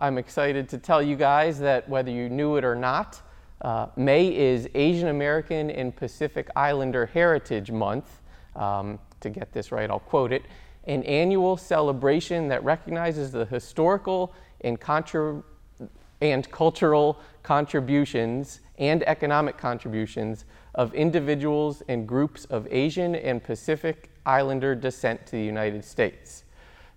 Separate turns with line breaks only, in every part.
I'm excited to tell you guys that whether you knew it or not, uh, May is Asian American and Pacific Islander Heritage Month. Um, to get this right, I'll quote it an annual celebration that recognizes the historical and, contra- and cultural contributions and economic contributions of individuals and groups of Asian and Pacific Islander descent to the United States.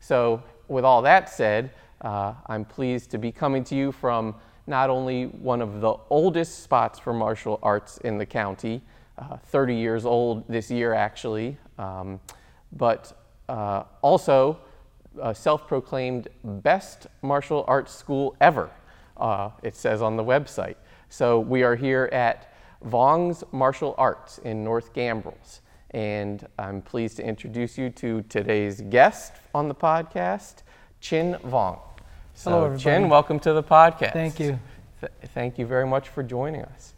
So, with all that said, uh, I'm pleased to be coming to you from not only one of the oldest spots for martial arts in the county, uh, 30 years old this year actually, um, but uh, also a self proclaimed uh, best martial arts school ever, uh, it says on the website. So we are here at Vong's Martial Arts in North Gambrels. And I'm pleased to introduce you to today's guest on the podcast, Chin Vong. So,
Hello, everybody.
Chin, welcome to the podcast.
Thank you.
Th- thank you very much for joining us.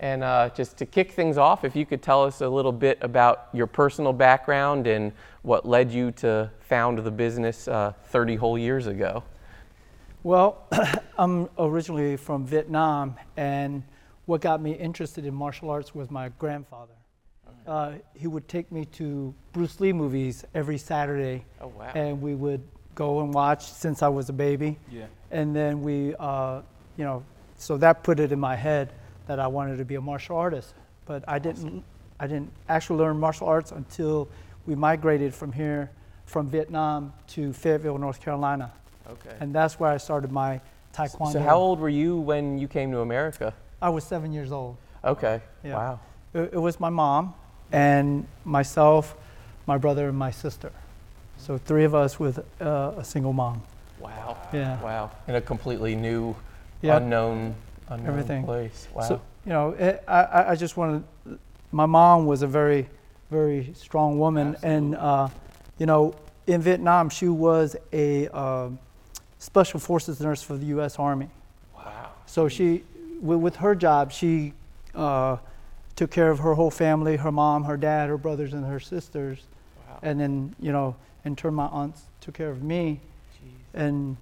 And uh, just to kick things off, if you could tell us a little bit about your personal background and what led you to found the business uh, 30 whole years ago.
Well, I'm originally from Vietnam, and what got me interested in martial arts was my grandfather. Uh, he would take me to Bruce Lee movies every Saturday,
Oh, wow.
and we would go and watch since I was a baby.
Yeah.
And then we, uh, you know, so that put it in my head that I wanted to be a martial artist. But I didn't, I didn't actually learn martial arts until we migrated from here, from Vietnam to Fayetteville, North Carolina.
Okay.
And that's where I started my taekwondo.
so, how old were you when you came to America?
I was seven years old.
Okay.
Yeah.
Wow.
It, it was my mom and myself, my brother, and my sister. So three of us with uh, a single mom.
Wow.
Yeah.
Wow. In a completely new,
Yeah.
unknown, unknown
Everything.
place. Wow.
So you know, it, I- I I just wanted. My mom was a very, very strong woman, and uh, you know, in Vietnam she was a um special forces nurse for the U.S. Army.
wow.
So she, with, with her job, she uh, took care of her whole family, her mom, her dad, her brothers, and her sisters.
Wow.
And then, you know, in turn, my aunts took care of me.
Jeez.
And,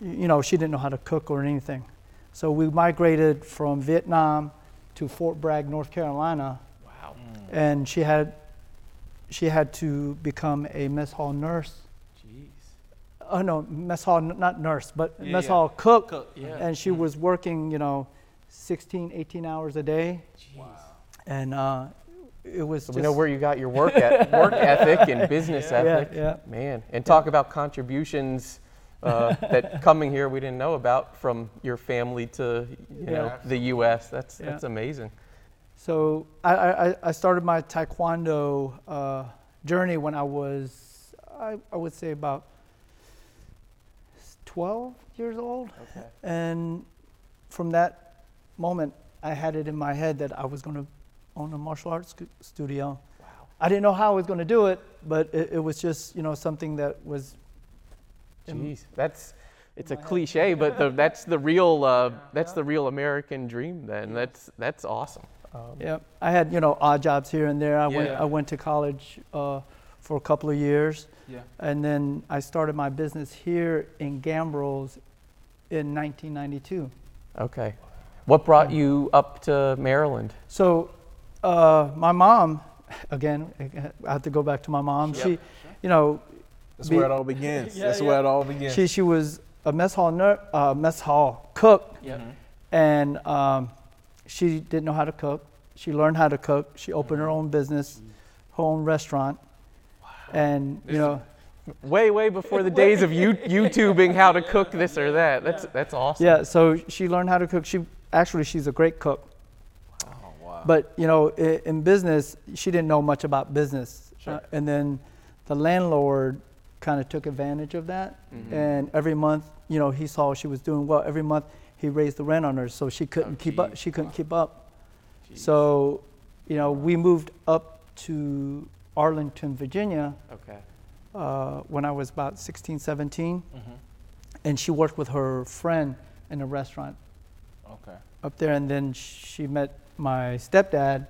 y- you know, she didn't know how to cook or anything. So we migrated from Vietnam to Fort Bragg, North Carolina.
Wow.
And she had, she had to become a mess hall nurse.
Jeez.
Oh, no, mess hall, n- not nurse, but
Yeah,
mess
yeah. Mm-hmm.
hall cook.
Yeah.
And she was working, you know, 16, 18 hours a day.
Jeez.
And uh, it was
So
just.
we know where you got your work et- work ethic and business
yeah,
ethic.
yeah.
Man, and talk about contributions uh, that coming here we didn't know about from your family to you
Yeah.
know the U.S. That's
Yeah.
that's amazing.
So I- I, I, I started my taekwondo uh, journey when I was, I, I would say about 12 years old.
Okay.
And from that moment, I had it in my head that I was going to own a martial arts scu- studio.
Wow.
I didn't know how I was going to do it, but it, it was just, you know, something that was in-
Jeez. That's it's a
my head.
cliche, but the, that's the real uh, that's the real American dream. Then that's that's awesome. Um,
Yeah, I had you know odd jobs here and there. I went
Yeah.
I went to college uh, for a couple of years,
Yeah.
and then I started my business here in Gambrels in 1992.
Okay. What brought you up to Maryland?
So, uh, my mom, again, I have to go back to my mom.
Sure.
She,
Yep,
you know,
That's
Be-
where it all begins.
Yeah,
That's
yeah.
where it all begins.
she she was a mess hall ner- uh, mess hall cook,
yeah.
and um, she didn't know how to cook. She learned how to cook. She opened her
Mm-hmm.
own business, her own restaurant, and you
This-
know.
Way, way before the days of you, YouTubing how to cook this or that. That's that's awesome.
Yeah, so she learned how to cook. She actually she's a great cook,
Mm-hmm.
Oh wow.
but you know, in, in business, she didn't know much about business. Uh,
Sure.
and then the landlord kind of took advantage of that,
Mm-hmm.
and every month, you know, he saw she was doing well. Every month, he raised the rent on her, so she couldn't keep up.
geez.
She couldn't keep up. So, you know, we moved up to
Mm-hmm.
Arlington, Virginia,
Okay.
Mm-hmm.
uh, when I was about 16, 17, and she worked with her friend in a restaurant
Okay.
up there, and then she met my stepdad,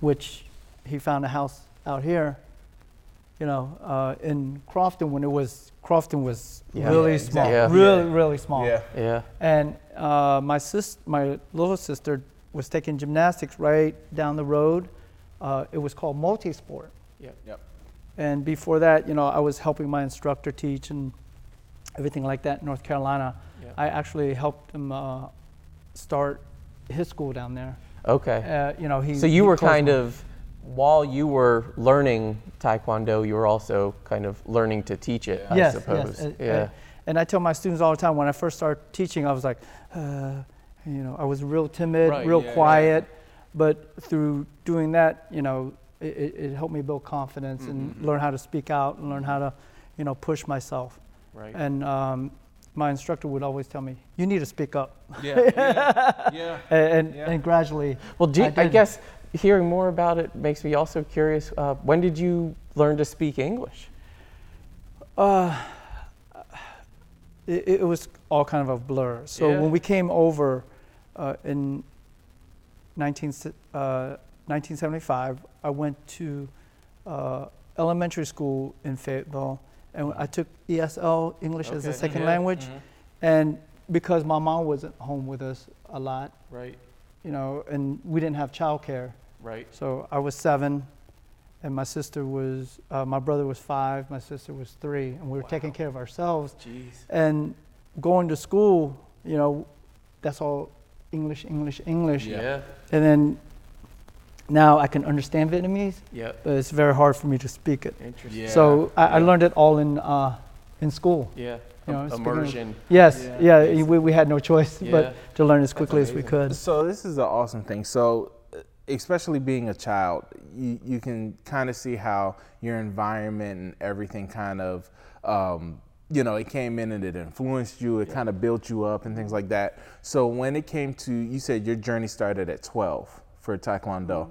which he found a house out here, you know, uh, in Crofton when it was Crofton was
Yeah.
really
Yeah,
small,
exactly.
really
Yeah.
really small.
Yeah.
Yeah.
And uh, my sis, my little sister, was taking gymnastics right down the road. Uh, it was called multisport.
Yep.
And before that, you know, I was helping my instructor teach and everything like that in North Carolina.
Yeah.
I actually helped him uh, start his school down there.
Okay.
Uh, you know, he.
So you
he
were
closed
kind
one.
of, while you were learning Taekwondo, you were also kind of learning to teach it, I
yes,
suppose.
Yes, and-
yeah.
and- And I tell my students all the time when I first started teaching, I was like, uh, you know, I was real timid,
Right,
real
yeah, yeah.
quiet. But through doing that, you know, it, it, it helped me build confidence and
Mm-hmm.
learn how to speak out and learn how to, you know, push myself.
Right.
And um, my instructor would always tell me, you need to speak up.
Yeah. Yeah. yeah.
And, and,
Yeah.
and gradually,
Well, do you-
I
I,
did.
guess hearing more about it makes me also curious. Uh, when did you learn to speak English?
Uh, it, it was all kind of a blur. So
Yeah.
when we came over uh, in 19, se- uh, 1975, I went to uh, elementary school in Fayetteville, and I took ESL English as a
Okay,
second
yeah,
language.
mhm,
And because my mom wasn't home with us a lot,
Right.
you know, and we didn't have childcare,
Right.
so I was seven. And my sister was, uh, my brother was five, my sister was three, and we were taking care of ourselves
Jeez.
and going to school, you know, that's all English, English, English.
Yeah.
And then now I can understand Vietnamese,
Yeah.
but it's very hard for me to speak it.
Interesting.
Yeah.
so I, I
yeah.
learned it all in uh, in school.
Yeah.
You know, speaking of-
Immersion.
Yes,
Yeah.
yeah, we, we had no choice
Yeah.
but to learn as quickly as we
amazing.
could.
So this is an awesome thing. So, uh, especially being a child, you, you can kind of see how your environment and everything kind of, um, you know, it came in and it influenced you. It kind of built you up and things like that. So when it came to, you said your journey started at 12 for Taekwondo.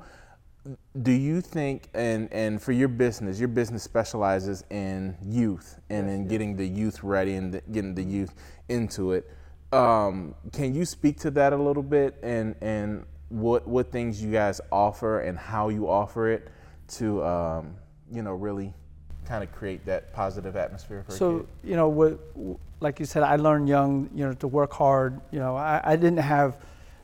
Do you think, and and for your business, your business specializes in youth and in getting the youth ready and the, getting the youth into it. Um, can you speak to that a little bit and and what what things you guys offer and how you offer it to um, you know really kind of create that positive atmosphere for a
So
kid?
you know, what, like you said, I learned young, you know, to work hard. You know, I, I didn't have,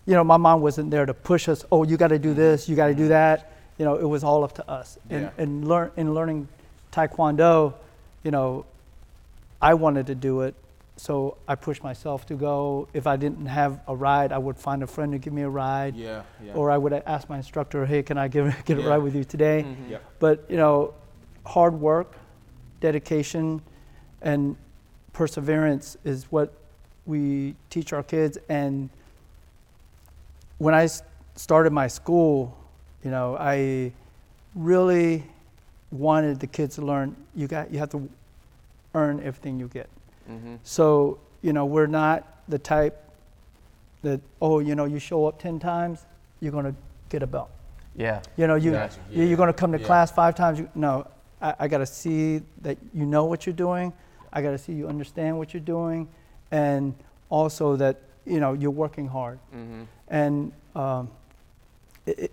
you know, my mom wasn't there to push us. Oh, you got to do
Mm-hmm.
this, you got to do that. You know, it was all up to us. And,
Yeah.
and learn in learning taekwondo, you know, I wanted to do it, so I pushed myself to go. If I didn't have a ride, I would find a friend to give me a ride,
Yeah. Yeah.
or I would ask my instructor, "Hey, can I give get a
Yeah. Mm.
ride with you today?"
yeah.
but you know hard work dedication and perseverance is what we teach our kids and when i s- started my school you know i really wanted the kids to learn you got you have to earn everything you get
Mm-hmm.
so you know we're not the type that oh you know you show up 10 times you're going to get a belt
Yeah.
you know, you,
Gotcha.
you-
Yeah.
you're going to come to
Yeah.
class five times. You, no, I, I got to see that you know what you're doing. I got to see you understand what you're doing, and also that you know you're working hard.
Mm-hmm.
And um, it, it-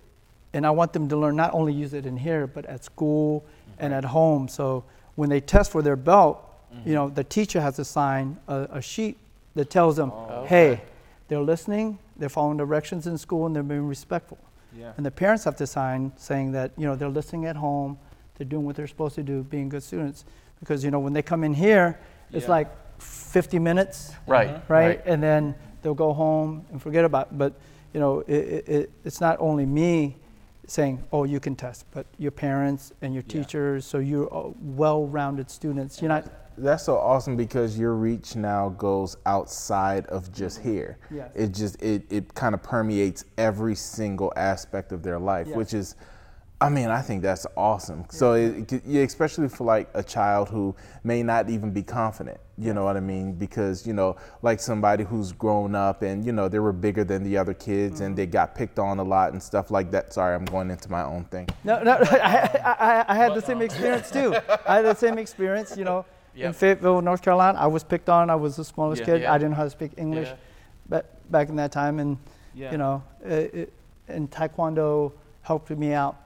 and I want them to learn not only use it in here, but at school and at home. So when they test for their belt,
Mm-hmm.
you know, the teacher has to sign a, a sheet that tells them,
Oh,
hey, they're listening, they're following directions in school, and they're being respectful.
Yeah.
And the parents have to sign saying that, you know, they're listening at home, they're doing what they're supposed to do, being good students. Because, you know, when they come in here, it's
Yeah.
like 50 minutes,
Right.
right? And then they'll go home and forget about But, you know, it, it, it, it's not only me saying, oh, you can test, but your parents and your
Yeah.
teachers. So you're uh, well rounded students. You're not,
That's so awesome because your reach now goes outside of just here.
Mm-hmm. Yes.
It just it it kind of permeates every single aspect of their life,
Yes.
which is I mean, I think that's awesome. So, it, it- yeah, especially for like a child who may not even be confident, you know what I mean? Because, you know, like somebody who's grown up and, you know, they were bigger than the other kids
Mm-hmm.
and they got picked on a lot and stuff like that. Sorry, I'm going into my own thing.
No, no, I, I, I had the same experience too. I had the same experience, you know. in
Yep.
Fayetteville, North Carolina. I was picked on. I was the smallest
Yeah.
kid.
Yeah.
I didn't know how to speak English
Yeah.
ba- back in that time. And,
Yeah.
you know, it, it, and Taekwondo helped me out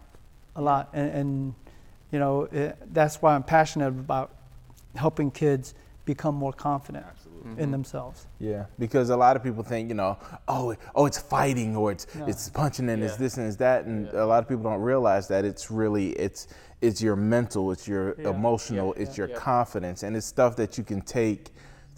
a lot. And, and you know, it, that's why I'm passionate about helping kids become more confident
Absolutely.
in themselves.
Yeah, because a lot of people think, you know, oh, oh, it's fighting or it's
No.
it's punching and it's
Yeah.
this and it's that, and
Yeah.
a lot of people don't realize that it's really it's it's your mental, it's your
Yeah.
emotional, it's
yeah,
your
yeah.
confidence, and it's stuff that you can take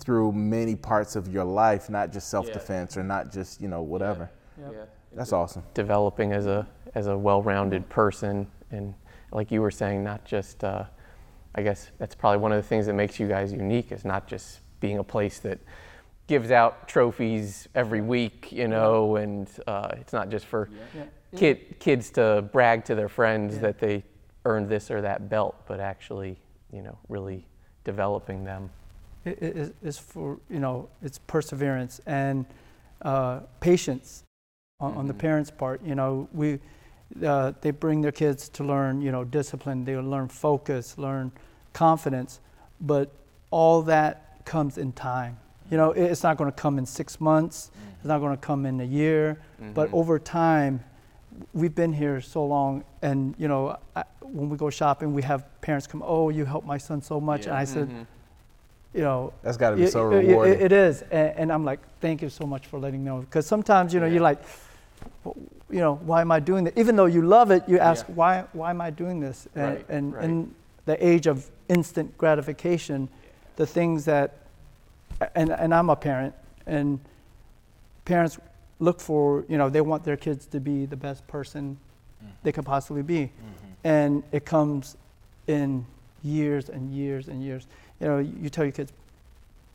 through many parts of your life, not just self defense or not just you know whatever.
Mm-hmm. Yeah.
That's awesome.
developing as a as a well-rounded person and like you were saying not just uh, i guess that's probably one of the things that makes you guys unique is not just being a place that gives out trophies every week you know and uh, it's not just for kid, kids to brag to their friends that they earned this or that belt but actually you know really developing them
It, it, it's- it's for, you know, it's perseverance and uh, patience on, on the parents' part. You know, we, uh, they bring their kids to learn, you know, discipline, they learn focus, learn confidence, but all that comes in time. You know, it, it's not going to come in six months,
Mm-hmm.
it's not going to come in a year, but
Mm-hmm.
over time, we've been here so long, and you know, I, when we go shopping, we have parents come, "Oh, you helped my son so much," and
Yeah.
I said, you know,
That's got to be
it-
so
it- it-
rewarding.
it is, and, and I'm like, thank you so much for letting me know. Because sometimes, you know, you're like, "W- you know, why am I doing that? Even though you love it, you ask,
Yeah.
why, why am I doing this? And,
Right,
and
right.
in the age of instant gratification, the things that, and, and I'm a parent, and parents look for, you know, they want their kids to be the best person they could possibly be.
Mm-hmm.
And it comes in years and years and years. You know, you tell your kids,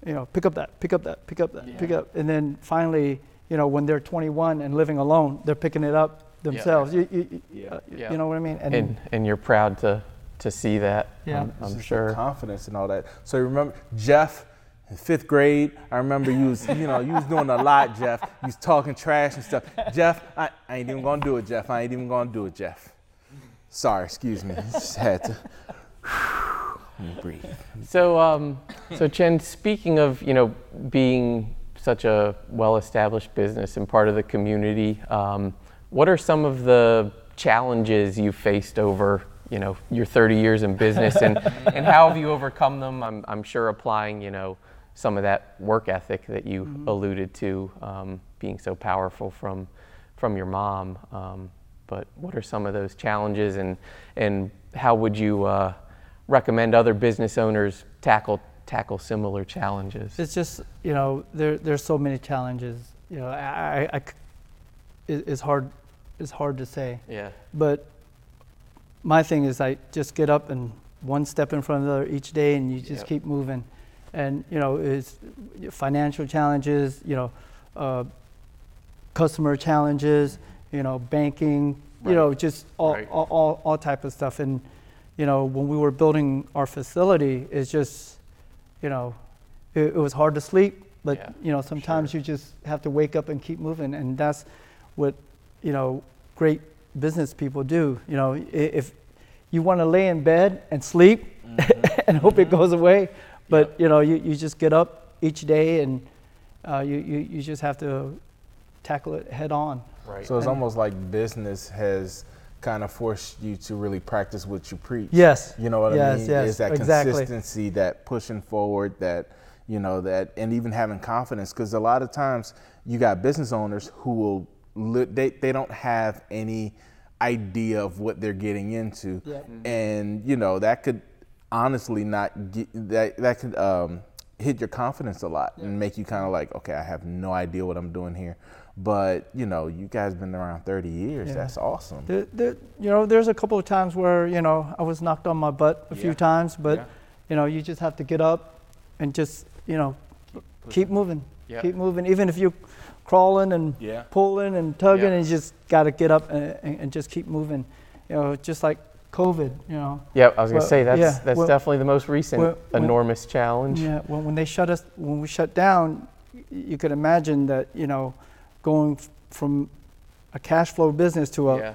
you know, pick up that, pick up that, pick up that, pick
Yeah.
up. And then finally, you know, when they're 21 and living alone, they're picking it up themselves. You, you, you-
Yeah.
uh,
Yeah.
you know what I mean? And,
and and you're proud to to see that
Yeah.
i'm,
It's
I'm
just the
sure
confidence and all that. So you remember Jeff, in fifth grade. I remember you was you know you was doing a lot, Jeff. You was talking trash and stuff. Jeff, I, I ain't even gonna do it, Jeff. I ain't even gonna do it, Jeff. Sorry, excuse me. Just had to Let me breathe.
So, um, so Chen, speaking of you know being such a well-established business and part of the community, um, what are some of the challenges you faced over you know your 30 years in business, and, and how have you overcome them? I'm, I'm sure applying you know some of that work ethic that you alluded to um, being so powerful from from your mom. Um, but what are some of those challenges, and and how would you uh, recommend other business owners tackle tackle similar challenges.
It's just you know there there's so many challenges. You know, I, I, I c- it- it's hard it's hard to say.
yeah.
But my thing is I just get up and one step in front of the other each day, and you just
Yep.
keep moving. And you know, it's financial challenges. You know, uh, customer challenges. You know, banking. You know, just all,
Right.
all, all all type of stuff. And you know, when we were building our facility, it's just you know, it, it was hard to sleep, but
Yeah,
you know, sometimes you just have to wake up and keep moving, and that's what you know, great business people do. You know, i- if you want to lay in bed and sleep and hope it goes away, but you know, you, you just get up each day and uh, you, you you just have to tackle it head on.
Right.
So it's almost like business has kind of forced you to really practice what you preach.
Yes.
You know what I
Yes,
mean?
yes,
Is that
exactly.
consistency, that pushing forward, that you know, that and even having confidence because a lot of times you got business owners who will li- they they don't have any idea of what they're getting into,
Yep.
and you know that could honestly not get that that could um, hit your confidence a lot and make you kind of like okay I have no idea what I'm doing here, but you know you guys been around 30 years
Yeah.
that's awesome.
There, there, you know, there's a couple of times where you know I was knocked on my butt a few
Yeah.
times, but
Yeah.
you know, you just have to get up and just you know keep, moving,
Yeah.
keep moving, even if you're crawling and
Yeah.
pulling and tugging,
Yeah.
and you just got to get up and, and, and just keep moving. You know, just like COVID. You know,
yeah, I was gonna
Well,
say that's
yeah,
that's
well-
definitely the most recent
well, when-
enormous challenge.
yeah. When, when they shut us, when we shut down, y- you could imagine that you know, going f- from a cash flow business to a
yeah.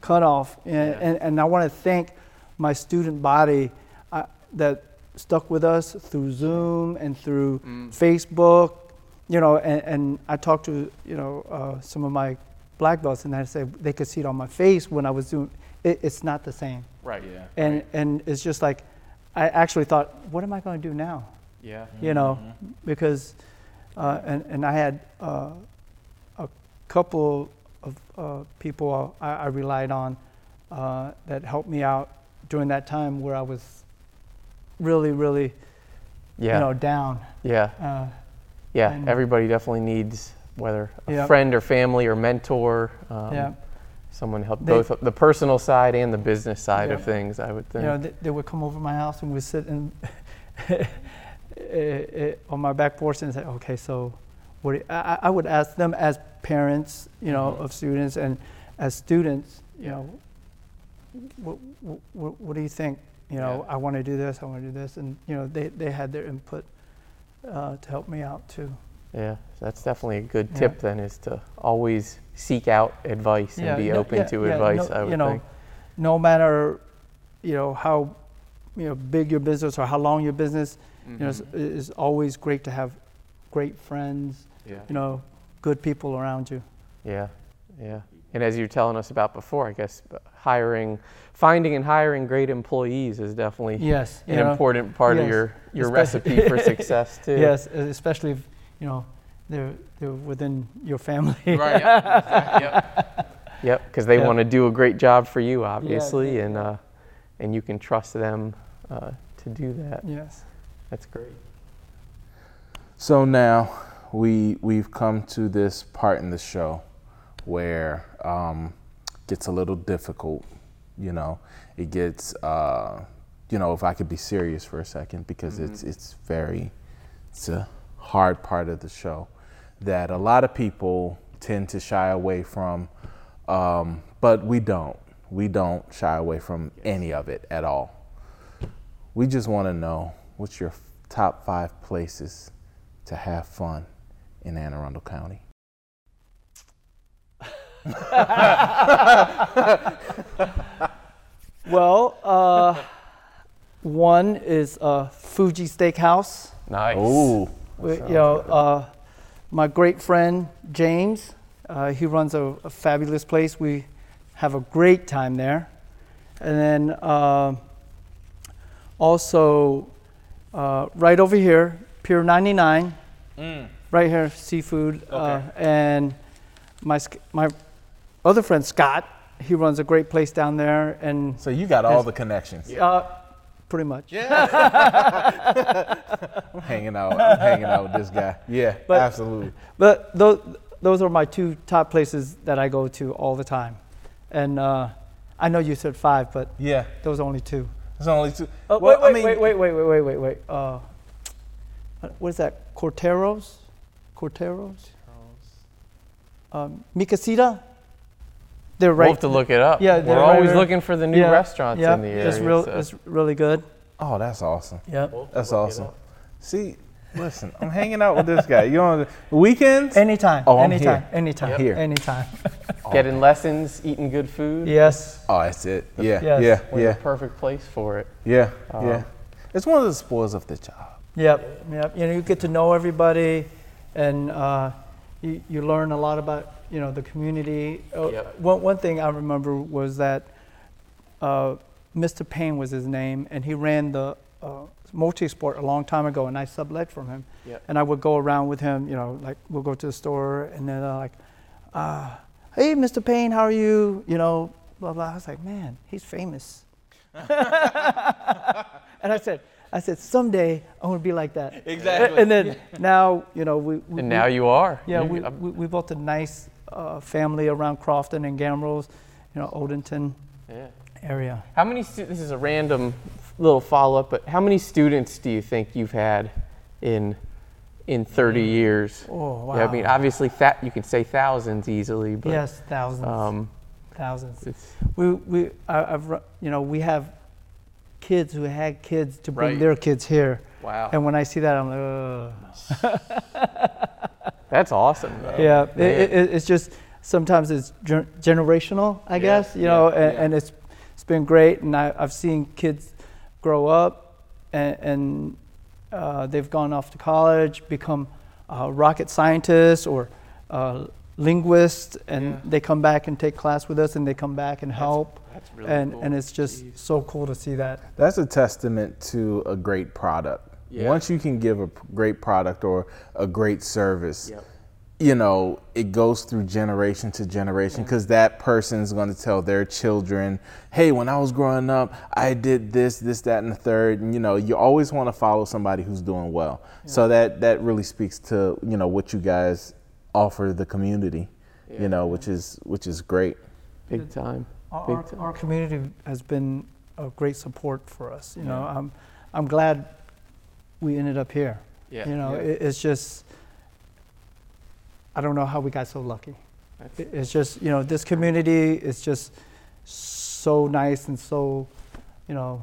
cutoff. And,
Yeah.
and, and I want to thank my student body uh, that stuck with us through Zoom and through
mm,
Facebook, you know, and, and I talked to, you know, uh, some of my black belts and I said they could see it on my face when I was doing it, it's not the same.
Right.
Yeah.
And, and it's just like, I actually thought, what am I going to do now?
Yeah.
you know,
Mm-hmm.
because, uh, and, and I had uh, a couple of uh, people I, I relied on uh, that helped me out during that time where I was really, really,
Yeah.
you know, down.
yeah.
Uh,
Yeah.
and-
Everybody definitely needs whether a
Yep.
friend or family or mentor. Um,
yeah,
Someone help
They-
both the personal side and the business side of
Yeah.
things. I would
you
think.
know, they, they would come over to my house and we'd sit in, eh, eh, on my back porch and say, okay, so what? do you-" I, I- I would ask them as parents, you know,
Mm-hmm.
of students and as students, you
Yeah.
know, what, what, what do you think? You know,
Yeah.
I want to do this, I want to do this. And, you know, they, they had their input uh, to help me out too.
Yeah, that's definitely a good
Yeah.
tip then is to always seek out advice and be
no-
open
yeah,
to
yeah,
advice,
no-
I would
you know,
think.
No matter, you know, how you know, big your business or how long your business, you know, it's,
Mm-hmm.
it's always great to have great friends,
yeah.
you know, good people around you.
yeah, yeah. And as you were telling us about before, I guess uh, hiring, finding and hiring great employees is definitely
Yes.
an
you know,
Mm-hmm. important part of
yes,
your, your
espe-
recipe for success too.
Yes, e- especially if, you know, they're, they're within your family.
Right. Yep.
Yep, because they
Yeah.
want to do a great job for you, obviously,
yeah,
and
yeah.
uh, and you can trust them uh, to do that.
Yes.
That's great.
So now we we've come to this part in the show where um, gets a little difficult. You know, it gets uh, you know if I could be serious for a second because it's it's very it's a hard part of the show that a lot of people tend to shy away from, um, but we don't. We don't shy away from any of it at all. We just want to know what's your f- top five places to have fun in Anne Arundel County.
Well, uh, one is uh, Fuji Steakhouse.
Nice.
Oh,
We- you know, uh, my great friend James, uh, he runs a, a fabulous place. We have a great time there, and then um also uh, right over here, Pier 99, right here, seafood, uh, and my sc- my other friend Scott, he runs a great place down there, and
so you got all the connections.
uh, pretty much.
I'm hanging out, I'm hanging out with this guy. Yeah,
But-
absolutely.
But those, those are my two top places that I go to all the time. And uh, I know you said five, but
Yeah,
those are only two.
there's only two.
Oh,
Well,
wait, wait,
I mean-
wait, wait, wait, wait, wait, wait, wait. Uh, what is that? Corteros? Corteros? Um, Mikasita? They're
We'll
right.
have to look it up.
Yeah,
We're
they're right
always
there.
looking for the new
Yeah,
restaurants
yeah,
in the area.
It's, real,
so-
it's really good.
Oh, that's awesome.
Yeah.
That's
Look it
awesome.
up.
See, listen, I'm hanging out with this guy. You on weekends?
Anytime.
Oh, I'm
anytime.
here.
Anytime.
Yep. Here.
Anytime.
Getting lessons, eating good food.
yes.
oh, that's it. Yeah,
Yes. Uh-huh.
yeah,
We're
yeah,
the perfect place for it.
yeah, yeah. It's one of the spoils of the job.
Yep, yep. You know, you get to know everybody, and uh, you, you learn a lot about you know the community. Uh,
Yep.
One one thing I remember was that uh, Mr. Payne was his name, and he ran the uh, multi-sport a long time ago, and I sublet from him.
Yep.
And I would go around with him. You know, like we'll go to the store, and then uh, like, uh, hey, Mr. Payne, how are you? You know, blah blah. I was like, man, he's famous. and I said, I said, someday I'm gonna be like that.
Exactly.
And then now, you know, we. we
And now you are.
Yeah,
You- um,
we,
I'm-
we, we built a nice uh, family around Crofton and Gamrose, you know, Odenton
yeah.
area.
How many? Stu- this is a random little follow-up, but how many students do you think you've had in in 30 years?
Oh, wow.
Yeah, I mean, obviously, that you can say thousands easily, but
yes, thousands,
um,
thousands.
it's,
We, we, I, I've, ru- you know, we have kids who had kids to bring
Right.
their kids here.
wow,
And when I see that, I'm like, ugh.
that's awesome. though.
yeah it,
man.
it, it- it's just sometimes it's gen- generational i guess you know and, and it's it's been great and I, i've seen kids grow up and, and uh, they've gone off to college, become uh, rocket scientists or uh, linguists, and
Yeah.
they come back and take class with us, and they come back and help.
That's really
and
cool.
and it's just so cool to see that.
That's a testament to a great product.
Yeah.
Once you can give a p- great product or a great service,
Yep.
you know, it goes through generation to generation because that person's going to tell their children, hey, when I was growing up, I did this, this, that, and the third. And, you know, you always want to follow somebody who's doing well. So that, that really speaks to, you know, what you guys offer the community,
Yeah.
you know, which is, which is great.
Big time.
Our,
Big
our,
time.
our community has been a great support for us. You know, I'm, I'm glad we ended up here.
Yeah.
You know,
Yeah.
It, it's just, I don't know how we got so lucky.
That's-
It, it's just, you know, this community is just so nice and so, you know,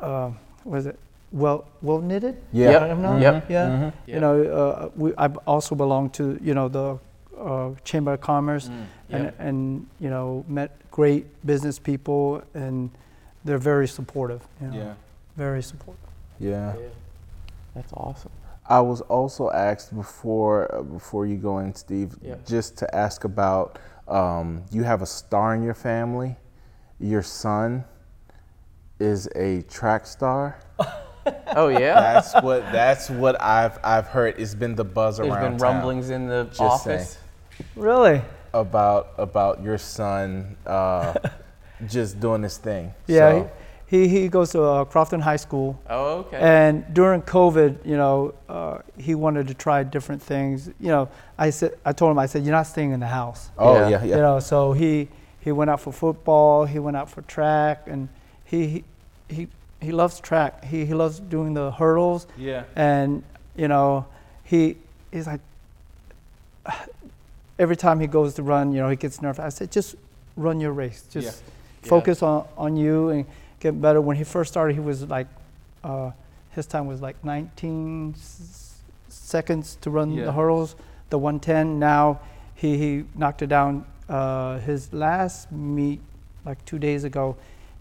uh, what is it? Well, well knitted.
Yeah.
Yep.
I don't know.
Yep.
Yeah.
Mhm.
Yep.
You know, uh, we, I also belong to, you know, the uh, Chamber of Commerce and,
Yep.
and, you know, met great business people and they're very supportive, you know,
Mm-hmm. Yeah.
very supportive.
Yeah.
That's awesome.
I was also asked before uh, before you go in, Steve,
Yeah.
just to ask about um, you have a star in your family. Your son is a track star.
Oh yeah.
That's what that's what I've I've heard. It's been the buzz
There's
around
been
town
rumblings in the
Just
office.
saying.
Really?
about about your son uh, just doing this thing.
Yeah.
So,
He, he goes to uh, Crofton High School.
Oh okay.
Eh.
And during COVID, you know, uh, he wanted to try different things. You know, I said, I told him, I said, you're not staying in the house.
oh
Yeah.
yeah, yeah.
You know, so he he went out for football. He went out for track, and he he he, he loves track. He he loves doing the hurdles,
yeah.
and you know, he he's like. Every time he goes to run, you know, he gets nervous. I said, just run your race. Just
Yeah.
focus on, on you and get better. When he first started, he was like, uh, his time was like 19 s- seconds to run
Yeah.
the hurdles, the 110. Now he, he knocked it down. Uh, his last meet, like two days ago,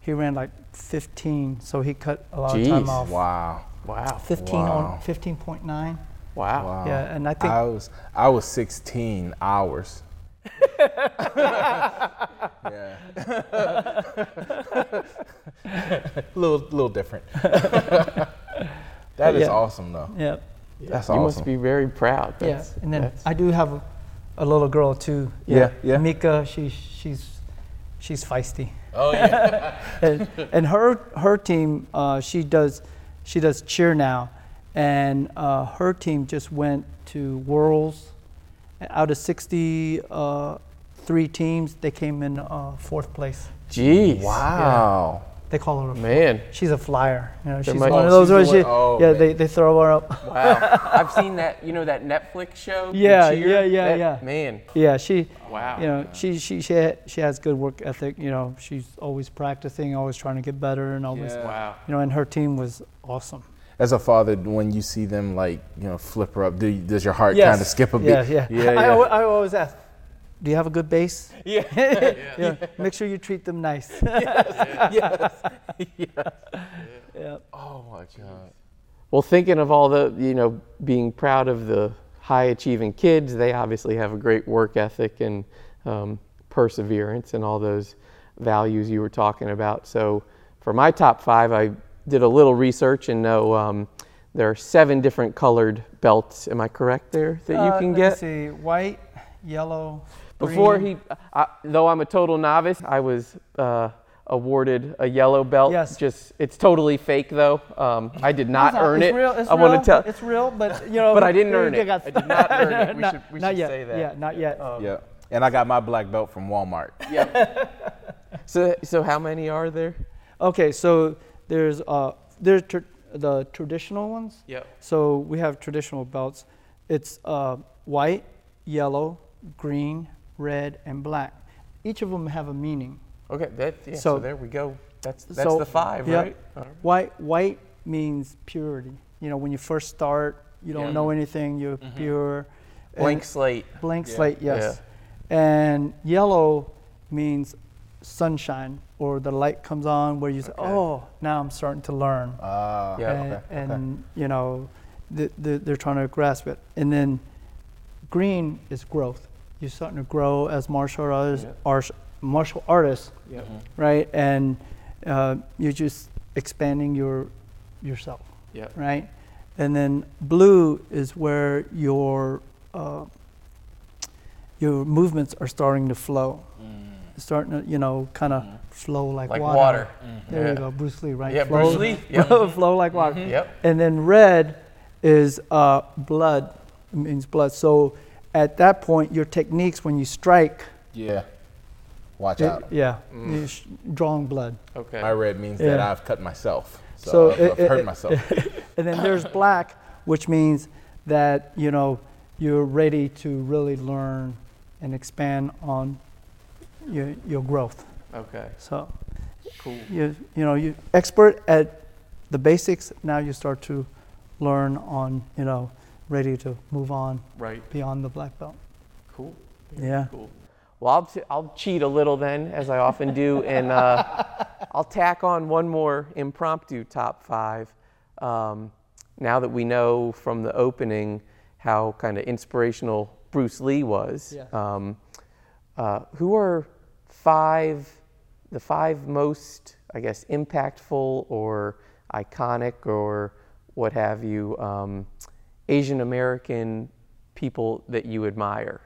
he ran like 15. So he cut a lot of
Jeez.
time off.
Wow.
wow.
15 on
Wow.
15.9.
Wow.
Wow.
Ah, Yeah, and I think-
I was I was 16 hours. yeah. little little different. That is
Yeah.
awesome though.
Yeah.
That's
you
awesome.
must be very proud.
Yeah.
That's,
And then
that's-
I do have a, a little girl too.
Yeah, yeah.
Mika, she, she's, she's feisty.
oh yeah.
and, and her her team uh, she does she does cheer now and uh, her team just went to worlds And out of 63 teams they came in uh, fourth place
Jeez.
Wow.
they call her a,
Man.
she's a flyer you know she's
might- Oh,
one of those
she's
where
the
she,
one- oh,
yeah
man.
they, they throw her up
Wow. I've seen that, you know, that Netflix show. The
Yeah,
Cheer?
yeah, yeah,
That-
yeah.
Man.
yeah she
Wow.
you know she she she, ha- she has good work ethic you know she's always practicing always trying to get better and always
Yeah.
Wow.
you know and her team was awesome
As a father, when you see them like you know flip her up, do, does your heart kind of skip a beat?
Yeah, yeah.
yeah.
I,
yeah.
alwa- I always ask, do you have a good base? Yeah. Make sure you treat them nice. Yeah.
oh my god.
Well, thinking of all the, you know, being proud of the high achieving kids, they obviously have a great work ethic and um, perseverance and all those values you were talking about. So, for my top five, I did a little research and know um, there are seven different colored belts. Am I correct there that you
Uh,
can
let me
get?
see, white, yellow.
Before
green.
he, I, though I'm a total novice, I was uh, awarded a yellow belt.
Yes.
Just it's totally fake though. Um, I did not
It's
earn
it's
it.
Real, it's
I
real,
want to tell.
It's real, but you know.
But I didn't earn
you
it.
got-
I did not earn it. We
Not-
should, we
not
should
yet.
say that. Oh.
Yeah, not yet.
Yeah. And I got my black belt from Walmart.
So, so how many are there?
Okay, so there's uh, there's tr- the traditional ones.
Yep.
So we have traditional belts. It's uh, white, yellow, green, red, and black. Each of them have a meaning.
Okay. That, yeah, so,
So-
there we go. That's that's
So-
the five,
yeah.
right? All right.
White white means purity. You know, when you first start, you don't
Yeah. Mm-hmm.
know anything. You're pure. And-
Blank slate.
blank slate. Yes. And yellow means sunshine or the light comes on where you say, "Oh, now I'm starting to learn,"
Uh,
Yeah.
and,
okay,
and
okay.
you know, the, the, they're trying to grasp it. And then green is growth. You're starting to grow as martial artists,
Yeah.
ars- martial artists,
Yeah.
right? And uh, you're just expanding your yourself
Yeah.
right? And then blue is where your uh, your movements are starting to flow, starting to you know kind of flow like,
Mm-hmm. Like
water.
water.
There
Yeah.
you go, Bruce Lee, right?
Yeah, Mm-hmm.
flow,
Bruce Lee, yep.
flow like water.
Yep.
And then red is uh, blood, it means blood. So at that point, your techniques when you strike,
Yeah. Watch
it-
out.
yeah, you're sh- drawing blood.
Okay.
My red means that
Yeah.
I've cut myself. So,
So
I've,
it-
I've
it-
hurt
it-
myself.
And then there's black, which means that you know you're ready to really learn and expand on your your growth.
Okay.
So
Cool.
you you know you expert at the basics. Now you start to learn on you know ready to move on
Right.
beyond the black belt.
Cool.
Yeah.
Cool. Well, I'll, t- I'll cheat a little then, as I often do, and uh, I'll tack on one more impromptu top five. Um, now that we know from the opening how kind of inspirational Bruce Lee was,
Yeah.
um, uh, who are five, the five most, I guess, impactful or iconic or what have you, um, Asian American people that you admire?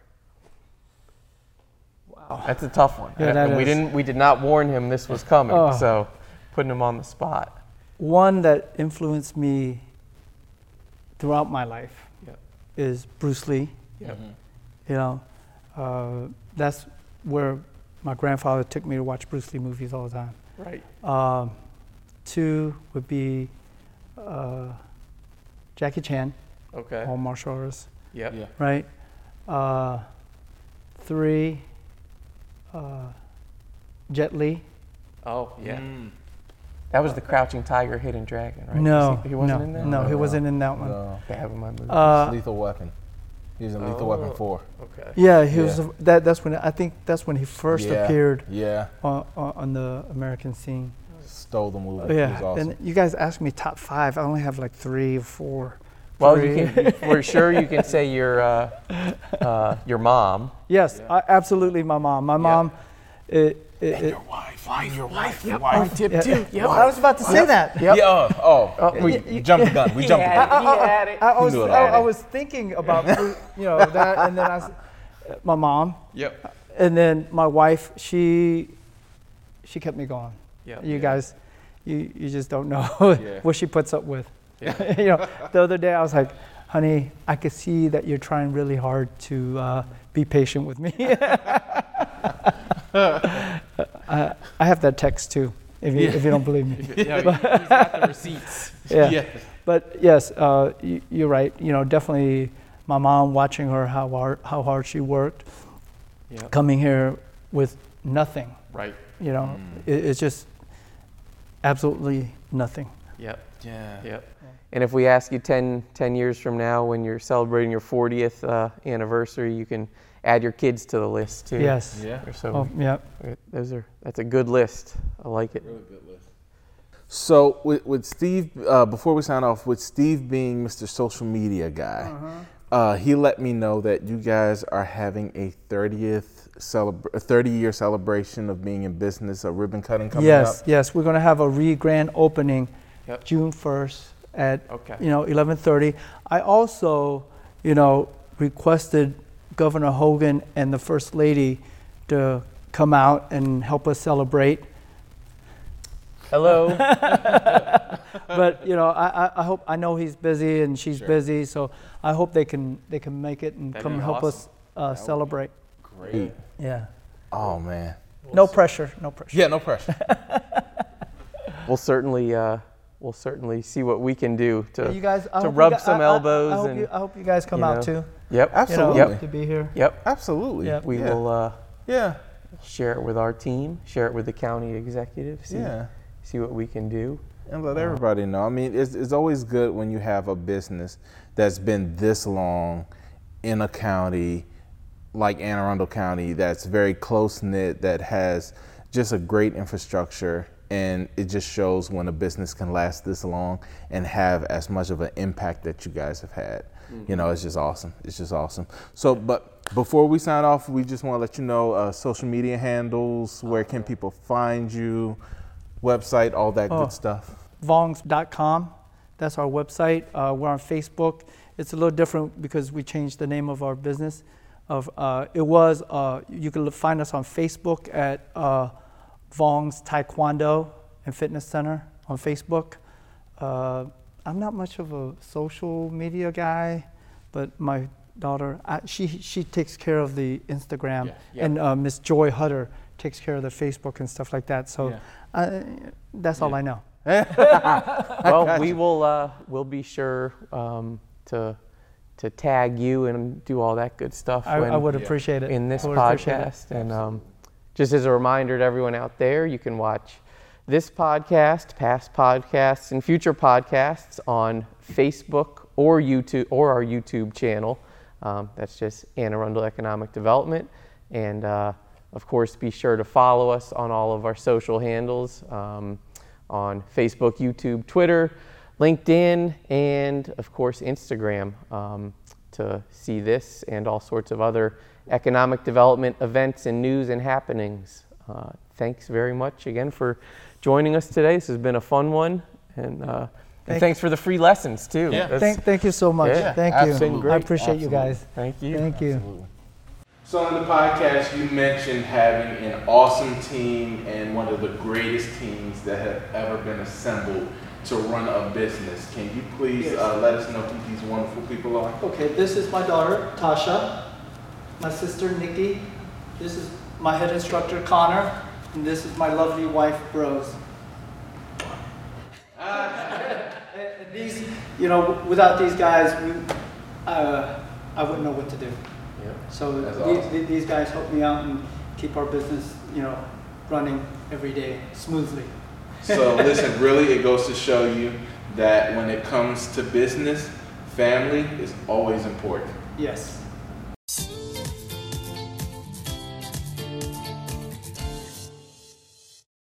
That's a tough one.
Yeah, that
we
is.
didn't. We did not warn him this was coming.
Oh.
So putting him on the spot.
One that influenced me throughout my life
Yep.
is Bruce Lee.
Yep.
you know, uh, that's where my grandfather took me to watch Bruce Lee movies all the time.
Right.
Um, two would be uh, Jackie Chan,
Okay.
all martial artists,
yep.
Yeah.
right? Uh, three, uh, Jet Li.
Oh yeah.
Mm.
That was the Crouching Tiger, Hidden Dragon, right?
No,
Was he, he wasn't
no,
in there.
no, he
No.
wasn't in that one.
No.
They have him in my movie.
Uh,
It's lethal weapon. He was in Lethal
Oh.
Weapon 4.
okay.
yeah, he was.
Yeah.
That, that's when I think that's when he first
Yeah.
appeared
Yeah.
on, on, on the American scene.
Stole the movie. It
Yeah,
was awesome.
and you guys asked me top five. I only have like three or four.
Well,
Three.
you can, for sure you can say your uh, uh, your mom.
yes, I, absolutely. My mom. My mom. It, it, it,
wife. Wife. Your wife. Your
tip
yeah.
too.
Well, I was about to say that.
Yep.
Yeah. Oh. oh,
Oh,
we jumped the gun. We jumped the
had
gun.
it. He had it.
I, I was,
knew it
I, I
already.
was thinking about you know that, and then I, s- my mom,
Yep.
and then my wife. She, she kept me going.
Yep.
You
Yeah.
guys, you you just don't know
Yeah.
what she puts up with.
Yeah.
you know, the other day I was like, honey, I could see that you're trying really hard to uh, be patient with me. I, I have that text too, if you, if you don't believe me.
Yeah, he's got the receipts.
Yeah. But yes, uh, you, you're right. You know, definitely my mom watching her, how hard, how hard she worked,
Yep.
coming here with nothing,
Right. Mm.
you know, it, it's just absolutely nothing.
Yep.
Yeah.
Yep. And if we ask you 10, 10 years from now, when you're celebrating your 40th uh, anniversary, you can add your kids to the list too.
Yes.
Yeah.
Or so
Oh, yeah.
Right, Those are that's a good list. I like it.
So with, with Steve, uh, before we sign off, with Steve being Mr. Social Media guy,
Uh-huh.
uh, he let me know that you guys are having a 30th celebra- a 30 year celebration of being in business, a ribbon cutting coming
yes,
up.
yes, we're going to have a re-grand opening
Yep.
June first at
Okay.
you know 11:30. I also, you know, requested Governor Hogan and the First Lady to come out and help us celebrate.
Hello.
But you know, I, I- I hope I know he's busy and she's busy, so I hope they can they can make it and
That'd
come
be
help us
awesome.
uh, celebrate.
Great.
Yeah.
Oh man.
No pressure. No pressure.
Yeah, no pressure.
we'll certainly uh, we'll certainly see what we can do to
You guys,
to
I hope you
rub
gu-
some
I- I-
elbows
I, hope
and
you, I hope you guys come
you
out
know.
too.
yep
You know,
Absolutely.
Yep.
to be here.
yep
Absolutely.
Yeah.
we
yeah.
will uh,
Yeah.
share it with our team, share it with the county executive, see
Yeah.
see what we can do.
And let everybody know. I mean, it's, it's always good when you have a business that's been this long in a county like Anne Arundel County that's very close knit, that has just a great infrastructure and it just shows when a business can last this long and have as much of an impact that you guys have had. You know, it's just awesome. It's just awesome. So, but before we sign off, we just want to let you know uh, social media handles, where can people find you, website, all that
Oh.
good stuff.
vongs.com. That's our website. Uh, we're on Facebook. It's a little different because we changed the name of our business. Of uh, it was uh, you can find us on Facebook at uh, Vong's Taekwondo and Fitness Center on Facebook. Uh, I'm not much of a social media guy, but my daughter I, she she takes care of the Instagram
Yeah, yeah.
and uh, Miss Joy Hutter takes care of the Facebook and stuff like that. So
Yeah.
I, that's all I know.
well, we will uh, we'll be sure um, to to tag you and do all that good stuff
I,
when-
I would appreciate it.
in this
I would appreciate it.
podcast. And um, just as a reminder to everyone out there, you can watch this podcast, past podcasts, and future podcasts on Facebook or YouTube or our YouTube channel. Um, that's just Anne Arundel Economic Development. And uh, of course, be sure to follow us on all of our social handles um, on Facebook, YouTube, Twitter, LinkedIn, and of course, Instagram. Um, to see this and all sorts of other economic development events and news and happenings. Uh, thanks very much again for joining us today. This has been a fun one, and, uh, and
Thank-
thanks for the free lessons too.
Yeah.
That's-
Thank, thank you so much.
Yeah,
thank
absolutely.
you. I appreciate you guys.
thank you.
Thank you.
So on the podcast, you mentioned having an awesome team and one of the greatest teams that have ever been assembled to run a business. Can you please uh, let us know who these wonderful people are?
Okay, this is my daughter, Tasha, my sister, Nikki. This is my head instructor, Connor. And this is my lovely wife, Rose.
Ah.
and, and these, you know, without these guys, we, uh, I wouldn't know what to do.
Yeah.
So
That's
the-
awesome.
the- these guys help me out and keep our business, you know, running every day smoothly.
So listen, really, it goes to show you that when it comes to business, family is always important.
Yes.
Thank